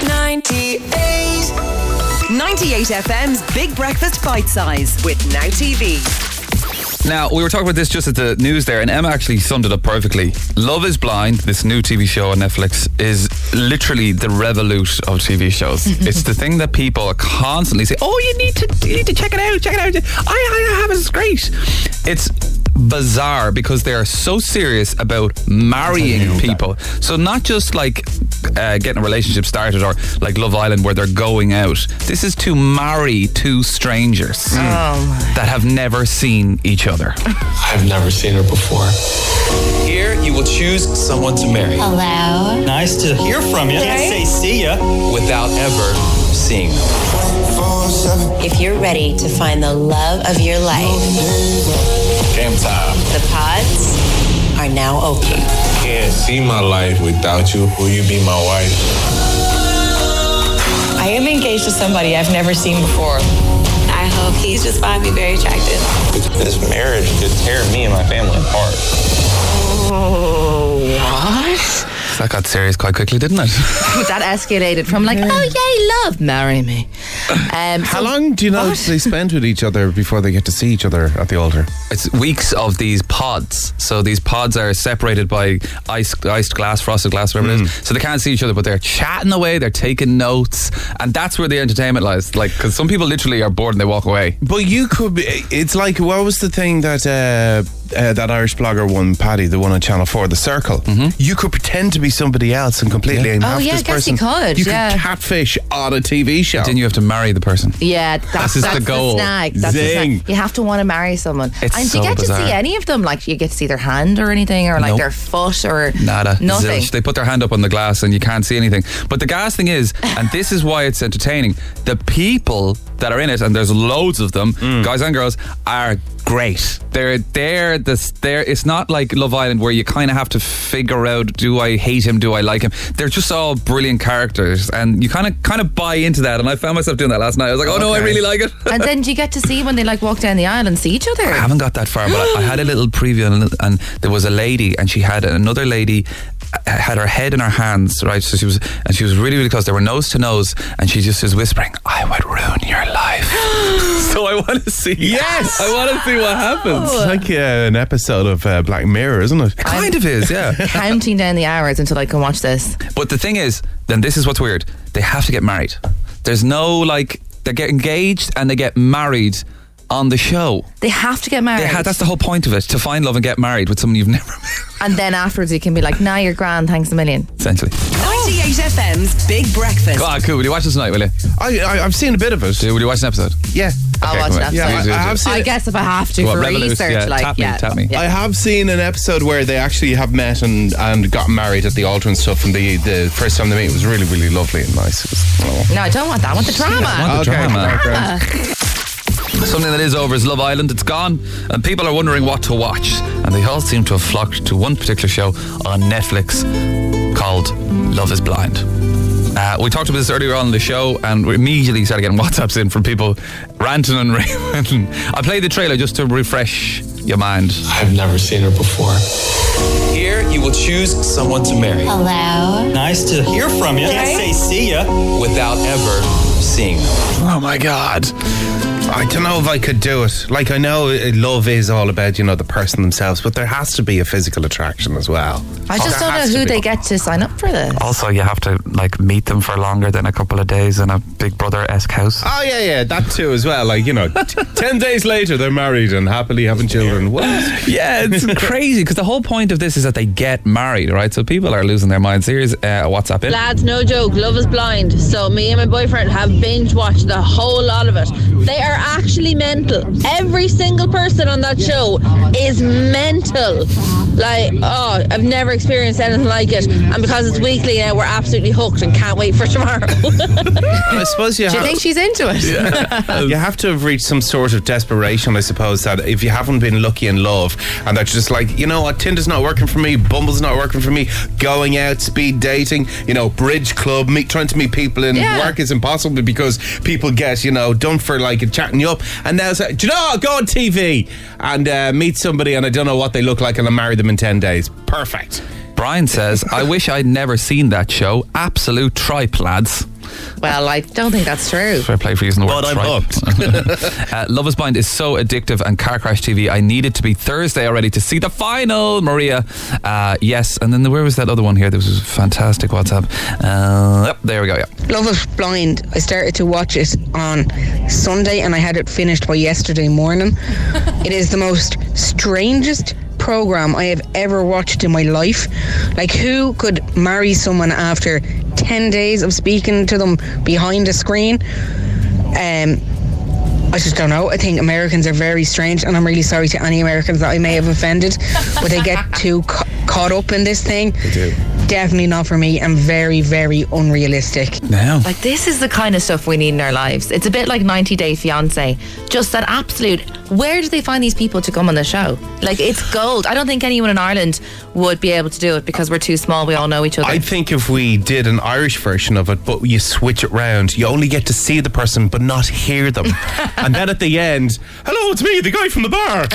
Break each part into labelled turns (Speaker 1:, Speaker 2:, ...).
Speaker 1: 98. 98 FM's Big Breakfast Bite Size with Now TV.
Speaker 2: Now, we were talking about this just at the news there, and Emma actually summed it up perfectly. Love is Blind, this new TV show on Netflix, is literally the revolute of TV shows. it's the thing that people are constantly saying, oh, you need to, you need to check it out, check it out. I, I have it, it's great. It's bizarre because they are so serious about marrying people. So not just like uh, getting a relationship started or like Love Island where they're going out. This is to marry two strangers that have never seen each other.
Speaker 3: I've never seen her before. Here, you will choose someone to marry
Speaker 4: Hello.
Speaker 5: Nice to hear from you. Didn't say see ya.
Speaker 3: without ever seeing them.
Speaker 4: If you're ready to find the love of your life,
Speaker 3: Game time.
Speaker 4: the pods are now open.
Speaker 3: Can't see my life without you. Will you be my wife?
Speaker 6: I am engaged to somebody I've never seen before. I hope he's just find me very attractive.
Speaker 3: This marriage could tear me and my family apart.
Speaker 2: That got serious quite quickly, didn't it?
Speaker 7: that escalated from like, oh yay, love, marry me. Um,
Speaker 8: How
Speaker 7: so-
Speaker 8: long do you know
Speaker 7: What?
Speaker 8: they spend with each other before they get to see each other at the altar?
Speaker 2: It's weeks of these pods. So these pods are separated by ice, iced glass, frosted glass, whatever it is. So they can't see each other, but they're chatting away, they're taking notes, and that's where the entertainment lies. Like, because some people literally are bored and they walk away.
Speaker 8: But you could be. It's like what was the thing that uh, uh, that Irish blogger one, Paddy, the one on Channel Four, The Circle. You could pretend to be somebody else and completely Mm-hmm. yeah.
Speaker 7: Oh, yeah, I
Speaker 8: this
Speaker 7: guess you
Speaker 8: person.
Speaker 7: could,
Speaker 8: You
Speaker 7: yeah.
Speaker 8: could catfish on a TV show.
Speaker 2: Then you have to marry the person.
Speaker 7: Yeah, that's,
Speaker 2: This is
Speaker 7: that's
Speaker 2: the goal.
Speaker 7: snag. That's the
Speaker 8: Zing.
Speaker 7: snag. You have to want to marry someone.
Speaker 2: It's
Speaker 7: and
Speaker 2: so
Speaker 7: do you get
Speaker 2: bizarre.
Speaker 7: to see any of them? Like, you get to see their hand or anything, or like
Speaker 2: Nope.
Speaker 7: their foot or
Speaker 2: Nada.
Speaker 7: nothing.
Speaker 2: Zilch. They put their hand up on the glass and you can't see anything. But the gas thing is, and this is why it's entertaining, the people that are in it, and there's loads of them, guys and girls, are great. They're they're this they're it's not like Love Island where you kinda have to figure out do I hate him, do I like him? They're just all brilliant characters and you kinda kinda buy into that and I found myself doing that last night. I was like, Oh no, I really like it.
Speaker 7: and then do you get to see when they like walk down the aisle and see each other?
Speaker 2: I haven't got that far, but I, I had a little preview, and, and there was a lady, and she had another lady uh, had her head in her hands, right? So she was, and she was really, really close. They were nose to nose, and she just was whispering, "I would ruin your life." so I want to see.
Speaker 8: Yes!
Speaker 2: I want to see what happens.
Speaker 7: Oh.
Speaker 8: it's like uh, an episode of uh, Black Mirror, isn't it?
Speaker 2: Kind of is, yeah.
Speaker 7: Counting down the hours until I can watch this.
Speaker 2: but the thing is, then this is what's weird. They have to get married. There's no like they get engaged and they get married on the show.
Speaker 7: They have to get married.
Speaker 2: They ha- that's the whole point of it to find love and get married with someone you've never met,
Speaker 7: and then afterwards you can be like, nah, you're grand, thanks a million.
Speaker 2: essentially.
Speaker 1: 98 FM's Big Breakfast.
Speaker 2: Go on, cool. Will you watch this tonight, will you?
Speaker 8: I, I I've seen a bit of it.
Speaker 2: Dude, would you watch an episode?
Speaker 8: Yeah,
Speaker 7: I'll
Speaker 2: Okay,
Speaker 7: watch
Speaker 2: come
Speaker 7: an
Speaker 2: on.
Speaker 7: episode.
Speaker 2: Yeah,
Speaker 8: I, I have seen.
Speaker 7: I guess if I have to
Speaker 2: Go on,
Speaker 7: for
Speaker 2: Revolution,
Speaker 7: research,
Speaker 2: yeah,
Speaker 7: like
Speaker 2: tap me,
Speaker 7: yeah,
Speaker 2: tap me.
Speaker 7: yeah.
Speaker 8: I have seen an episode where they actually have met and, and got married at the altar and stuff, and the, the first time they met it was really, really lovely and nice. It was, oh.
Speaker 7: No, I don't want that. I want the drama.
Speaker 2: I want the
Speaker 8: Okay.
Speaker 2: drama.
Speaker 8: Drama.
Speaker 2: Something that is over is Love Island. It's gone, and people are wondering what to watch. And they all seem to have flocked to one particular show on Netflix called Love is Blind. Uh, we talked about this earlier on in the show, and we immediately started getting WhatsApps in from people ranting and raving. I played the trailer just to refresh your mind.
Speaker 3: I've never seen her before. Here, you will choose someone to marry
Speaker 4: Hello.
Speaker 5: Nice to hear from you. Didn't say see ya.
Speaker 3: without ever seeing them.
Speaker 2: Oh my God.
Speaker 8: I don't know if I could do it. Like I know uh, love is all about you know the person themselves, but there has to be a physical attraction as well.
Speaker 7: I
Speaker 8: There
Speaker 7: just don't know
Speaker 8: has to
Speaker 7: who
Speaker 8: be.
Speaker 7: they get to sign up for this.
Speaker 2: Also, you have to like meet them for longer than a couple of days in a Big Brother esque house.
Speaker 8: Oh yeah, yeah, that too as well. Like you know, t- ten days later they're married and happily having children. What?
Speaker 2: Yeah, it's crazy because the whole point of this is that they get married, right? So people are losing their minds. Here's uh, a WhatsApp in.
Speaker 9: Lads, no joke, Love is Blind. So me and my boyfriend have binge watched the whole lot of it. They are actually mental. Every single person on that show is mental. Like, oh, I've never experienced anything like it. And because it's weekly now, we're absolutely hooked and can't wait for tomorrow.
Speaker 8: I suppose you
Speaker 7: Do you
Speaker 8: have,
Speaker 7: think she's into it?
Speaker 8: you have to have reached some sort of desperation, I suppose, that if you haven't been lucky in love and that you're just like, you know what, Tinder's not working for me, Bumble's not working for me, going out, speed dating, you know, bridge club, meet, trying to meet people in
Speaker 7: Yeah.
Speaker 8: work is impossible because people get, you know, done for like chatting you up. And now it's like, do you know what, go on TV and uh, meet somebody and I don't know what they look like and I marry them in 10 days. Perfect.
Speaker 2: Brian says, I wish I'd never seen that show. Absolute tripe, lads.
Speaker 7: Well, I don't think that's true.
Speaker 2: Fair play for using the word.
Speaker 8: But I'm
Speaker 2: booked. uh, Love is Blind is so addictive and Car Crash TV. I needed to be Thursday already to see the final, Maria. Uh, yes, and then the, where was that other one here? There was a fantastic WhatsApp. Uh, yep, there we go. Yeah.
Speaker 10: Love is Blind. I started to watch it on Sunday and I had it finished by yesterday morning. it is the most strangest program I have ever watched in my life. Like, who could marry someone after 10 days of speaking to them behind a screen? Um, I just don't know. I think Americans are very strange, and I'm really sorry to any Americans that I may have offended, but they get too ca- caught up in this thing. They
Speaker 8: do.
Speaker 10: Definitely not for me, and very, very unrealistic.
Speaker 2: Now.
Speaker 7: Like this is the kind of stuff we need in our lives. It's a bit like 90 Day Fiance. Just that absolute where do they find these people to come on the show? Like it's gold. I don't think anyone in Ireland would be able to do it because we're too small. We all know each other.
Speaker 8: I think if we did an Irish version of it, but you switch it round, you only get to see the person but not hear them. and then at the end, hello, it's me, the guy from the bar.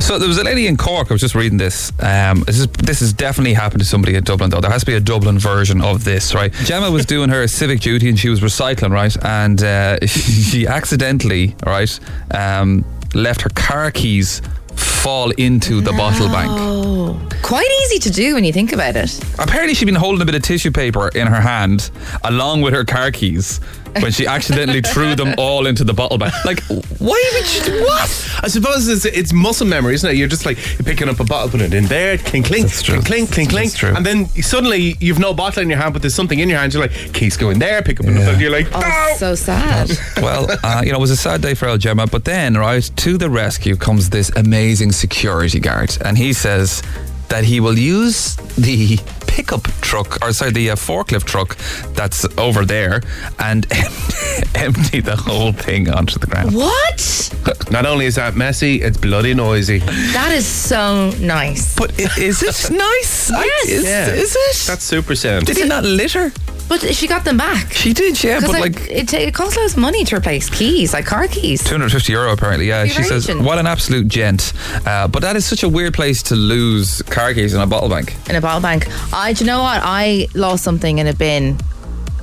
Speaker 2: So there was a lady in Cork. I was just reading this. Um, this is this has definitely happened to somebody in Dublin though. There has to be a Dublin version of this, right? Gemma was doing her civic duty and she was recycling, right? And uh, she accidentally, right, um, left her car keys fall into the bottle bank.
Speaker 7: Oh, quite easy to do when you think about it.
Speaker 2: Apparently, she'd been holding a bit of tissue paper in her hand along with her car keys when she accidentally threw them all into the bottle bag. Like, why would she? What?
Speaker 8: I suppose it's, it's muscle memory, isn't it? You're just like you're picking up a bottle, putting it in there, clink, clink,
Speaker 2: That's true.
Speaker 8: clink, clink, clink, clink,
Speaker 2: That's true.
Speaker 8: and then suddenly you've no bottle in your hand, but there's something in your hand. You're like, keys go in there, pick up another. You're like,
Speaker 7: Oh,
Speaker 8: "No."
Speaker 7: so sad.
Speaker 2: Well, uh, you know, it was a sad day for El Gemma, but then, right, to the rescue comes this amazing security guard, and he says that he will use the pickup truck, or sorry, the uh, forklift truck that's over there, and empty the whole thing onto the ground.
Speaker 7: What?
Speaker 8: Not only is that messy, it's bloody noisy.
Speaker 7: That is so nice.
Speaker 2: But i- is it nice? I-
Speaker 7: Yes.
Speaker 2: is, is it?
Speaker 8: That's super sound.
Speaker 2: Did he not litter?
Speaker 7: But she got them back.
Speaker 2: She did, yeah, but
Speaker 7: Because
Speaker 2: like
Speaker 7: it, ta- it costs loads of money to replace keys, like car keys.
Speaker 2: 250 euro apparently yeah
Speaker 7: Be
Speaker 2: she says
Speaker 7: raging.
Speaker 2: what an absolute gent uh, but that is such a weird place to lose car keys in a bottle bank
Speaker 7: in a bottle bank. I, do you know what? I lost something in a bin,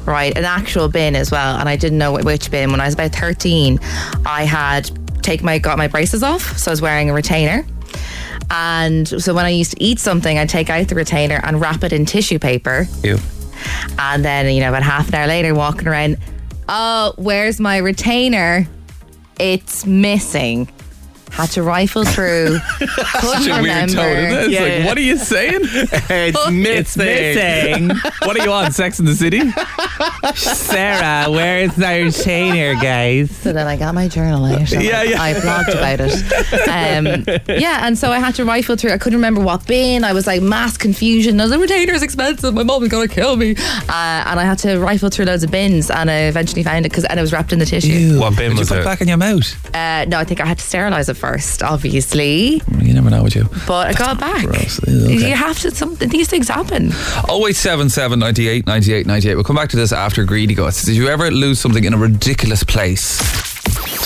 Speaker 7: right? An actual bin as well, and I didn't know wh- which bin. When I was about thirteen, I had take my got my braces off, so I was wearing a retainer. And so when I used to eat something, I'd take out the retainer and wrap it in tissue paper.
Speaker 2: Ew.
Speaker 7: And then, you know, about half an hour later, walking around, oh, where's my retainer? It's missing. Had to rifle through. Couldn't
Speaker 2: such a weird
Speaker 7: remember.
Speaker 2: tone isn't it? it's
Speaker 7: Yeah,
Speaker 2: like
Speaker 7: yeah.
Speaker 2: what are you saying
Speaker 8: It's
Speaker 2: it's missing what are you on Sex in the City Sarah where is our retainer guys
Speaker 7: So then I got my journal out. and
Speaker 2: Yeah,
Speaker 7: I,
Speaker 2: yeah.
Speaker 7: I blogged about it. Um, yeah, and so I had to rifle through. I couldn't remember what bin. I was like mass confusion. I was like, retainer's expensive. My mom is gonna kill me. Uh, and I had to rifle through loads of bins, and I eventually found it because and it was wrapped in the tissue.
Speaker 2: what bin
Speaker 8: Would you
Speaker 2: was
Speaker 8: put
Speaker 2: it
Speaker 8: it
Speaker 2: back in your mouth
Speaker 7: Uh, no, I think I had to sterilize it first, obviously.
Speaker 2: you never know would you
Speaker 7: But I got it back.
Speaker 2: gross. Ew, okay.
Speaker 7: You have to. Some these things happen.
Speaker 2: 0877 98 98 98 we'll come back to this after Greedy Guts did you ever lose something in a ridiculous place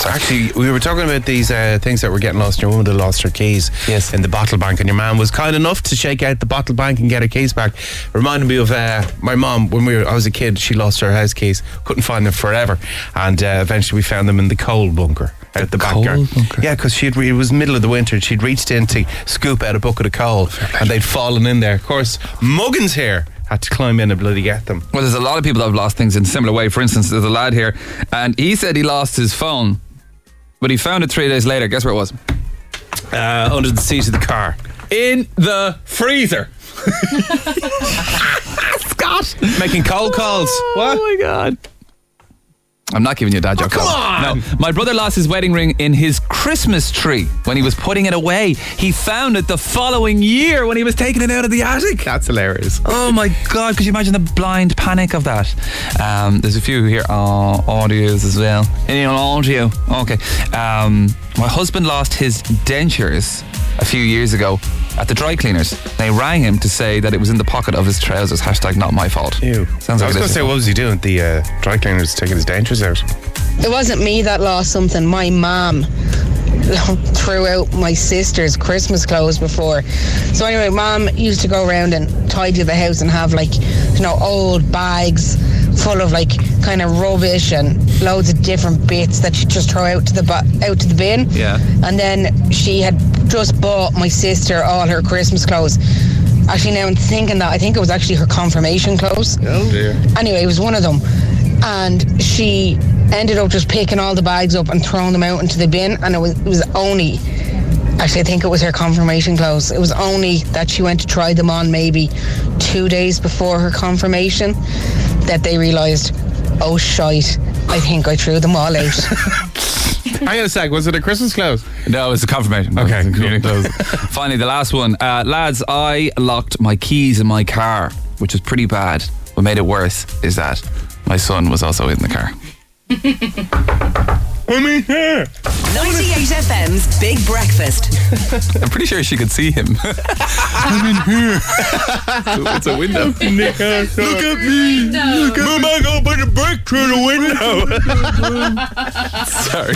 Speaker 8: Actually, we were talking about these uh, things that were getting lost. Your woman that lost her keys
Speaker 2: Yes.
Speaker 8: in the bottle bank, and your man was kind enough to shake out the bottle bank and get her keys back. Reminded me of uh, my mom when we were, I was a kid. She lost her house keys, couldn't find them forever, and uh, eventually we found them in the coal bunker out the,
Speaker 2: coal
Speaker 8: backyard.
Speaker 2: bunker?
Speaker 8: Yeah, because she'd re- it was middle of the winter. and She'd reached in to scoop out a bucket of coal, and they'd fallen in there. Of course, Muggins here had to climb in and bloody get them.
Speaker 2: Well, there's a lot of people that have lost things in a similar way. For instance, there's a lad here, and he said he lost his phone, but he found it three days later. Guess where it was?
Speaker 8: uh, under the seat of the car.
Speaker 2: In the freezer. Scott.
Speaker 8: Making cold calls.
Speaker 2: Oh my god. I'm not giving you a dad joke.
Speaker 8: Oh, come
Speaker 2: Colin.
Speaker 8: on!
Speaker 2: No, my brother lost his wedding ring in his Christmas tree when he was putting it away. He found it the following year when he was taking it out of the attic.
Speaker 8: That's hilarious.
Speaker 2: Oh my god, could you imagine the blind panic of that? Um, there's a few here. Oh, audios as well. Any on audio? Okay. Um, my husband lost his dentures a few years ago at the dry cleaners. They rang him to say that it was in the pocket of his trousers. Hashtag not my fault. Sounds
Speaker 8: I
Speaker 2: like
Speaker 8: was
Speaker 2: it
Speaker 8: going to
Speaker 2: is.
Speaker 8: say, what was he doing? The uh, dry cleaner was taking his dentures out.
Speaker 10: It wasn't me that lost something. My mom threw out my sister's Christmas clothes before. So anyway, mom used to go around and tidy the house and have like, you know, old bags full of like kind of rubbish and loads of different bits that she just throw out to the bo- out to the bin.
Speaker 11: Yeah.
Speaker 10: And then she had just bought my sister all her Christmas clothes. Actually, now I'm thinking that I think it was actually her confirmation clothes.
Speaker 8: Oh dear.
Speaker 10: Anyway, it was one of them. And she ended up just picking all the bags up and throwing them out into the bin. And it was, it was only, actually, I think it was her confirmation clothes. It was only that she went to try them on maybe two days before her confirmation that they realised, oh, shite, I think I threw them all out.
Speaker 8: Hang on a sec. Was it a Christmas close?
Speaker 2: No, it's a confirmation. Okay. Finally, the last one. Uh, lads, I locked my keys in my car, which was pretty bad. What made it worse is that my son was also in the car.
Speaker 8: I'm in here.
Speaker 1: 98 FM's Big Breakfast.
Speaker 2: I'm pretty sure she could see him. I'm in here. it's a window.
Speaker 8: Look at me. Look at me. I'm going to break through the window. Sorry.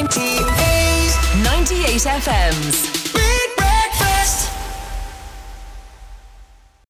Speaker 1: 98. 98 FM's